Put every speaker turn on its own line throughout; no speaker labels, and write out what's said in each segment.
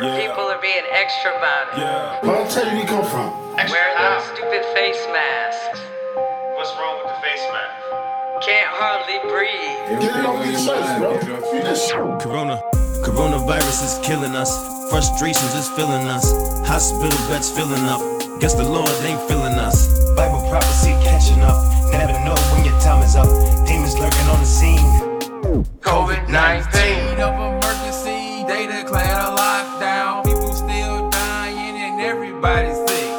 People are being extra about it.
Yeah. Well, I'll tell you where you come from.
Wear those stupid face masks.
What's wrong with the face mask?
Can't hardly breathe.
Get it off your chest, bro. You just-
Corona. Coronavirus is killing us. Frustrations is filling us. Hospital beds filling up. Guess the Lord ain't filling us. Bible prophecy catching up. Never know when your time is up. Demons lurking on the scene.
COVID 19.
State of emergency, they declared a lockdown. People still dying and everybody sick.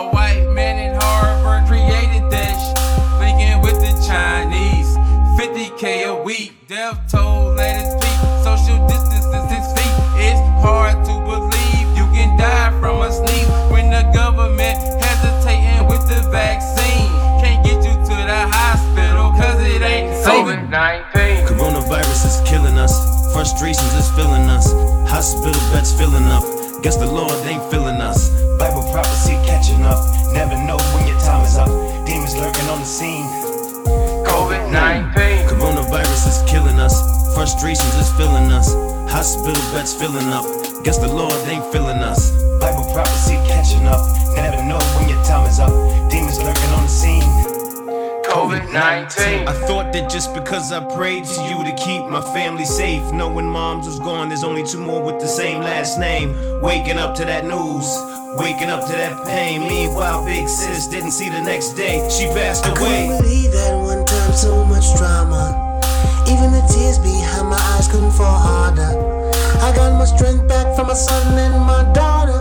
A white man in Harvard created that sh- linking with the Chinese. 50k a week, death toll at its peak. Social distance is six feet. It's hard to believe you can die from a sneeze when the government hesitating with the vaccine. Can't get you to the hospital 'cause it ain't safe.
COVID 19.
Coronavirus is killing us. Frustrations is filling us. Hospital beds filling up. Guess the Lord ain't filling us. Bible prophecy catching up. Never know when your time is up. Demons lurking on the scene.
COVID 19.
Coronavirus is killing us. Frustrations is filling us. Hospital beds filling up. Guess the Lord ain't filling us. Bible prophecy catching up. Never know when your time is up. Demons lurking on the scene.
COVID 19.
I thought that just because I prayed to you to keep my family safe. Knowing moms was gone, there's only two more with the same last name. Waking up to that news, waking up to that pain. Meanwhile, big sis didn't see the next day. She passed away.
Couldn't believe that one time so much drama. Even the tears behind my eyes couldn't fall harder. I got my strength back from my son and my daughter.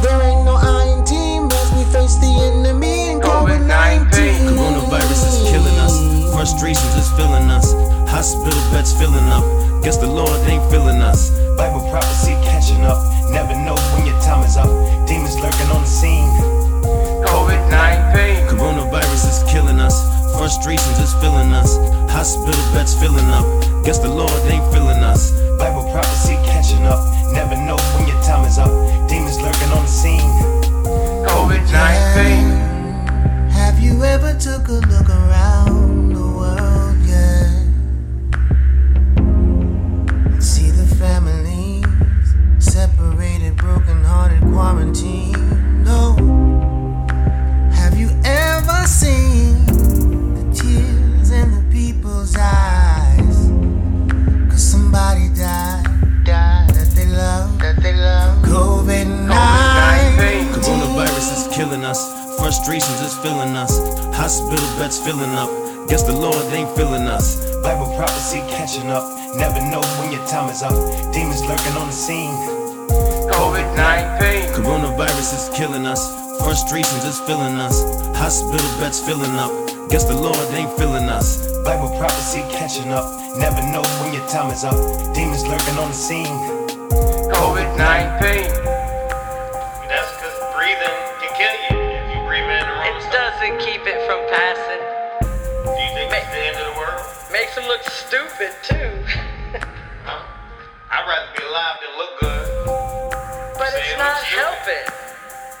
There ain't no I in team as we face the enemy and COVID
COVID-19.
19.
Coronavirus is killing us. Frustrations is filling us. Hospital beds filling up. Guess the Lord ain't filling us. Bible prophecy catching up. Never know when your time is up. Demons lurking on the scene.
COVID 19.
Coronavirus is killing us. Frustrations is filling us. Hospital beds filling up. Guess the Lord ain't filling us. Bible prophecy catching up. Never know when your time is up. Demons lurking on the scene.
COVID 19.
Have you ever took a look around the world yet? And see the families separated, broken-hearted, quarantined. No. Have you ever seen the tears in the people's eyes? 'Cause somebody died, died that they love, that they love. COVID-19.
Coronavirus is killing us. Frustrations is filling us. Hospital beds filling up. Guess the Lord ain't filling us. Bible prophecy catching up. Never know when your time is up. Demons lurking on the scene.
COVID 19.
Coronavirus is killing us. Frustrations is filling us. Hospital beds filling up. Guess the Lord ain't filling us. Bible prophecy catching up. Never know when your time is up. Demons lurking on the scene.
COVID 19.
That's because breathing can kill you if you breathe in the wrong
It
stuff.
doesn't keep it from passing.
Do you think it's the end of the world?
Makes them look stupid too.
Huh? I'd rather be alive than look good.
But it's not helping.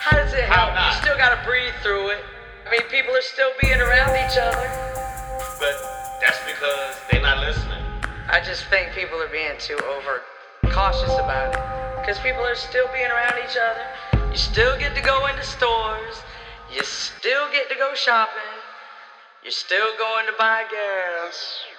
How does it
How
help?
not?
You still gotta breathe through it. I mean, people are still being around each other.
But that's because they're not listening.
I just think people are being too over cautious about it. Because people are still being around each other. You still get to go into stores. You still get to go shopping. You're still going to buy gas.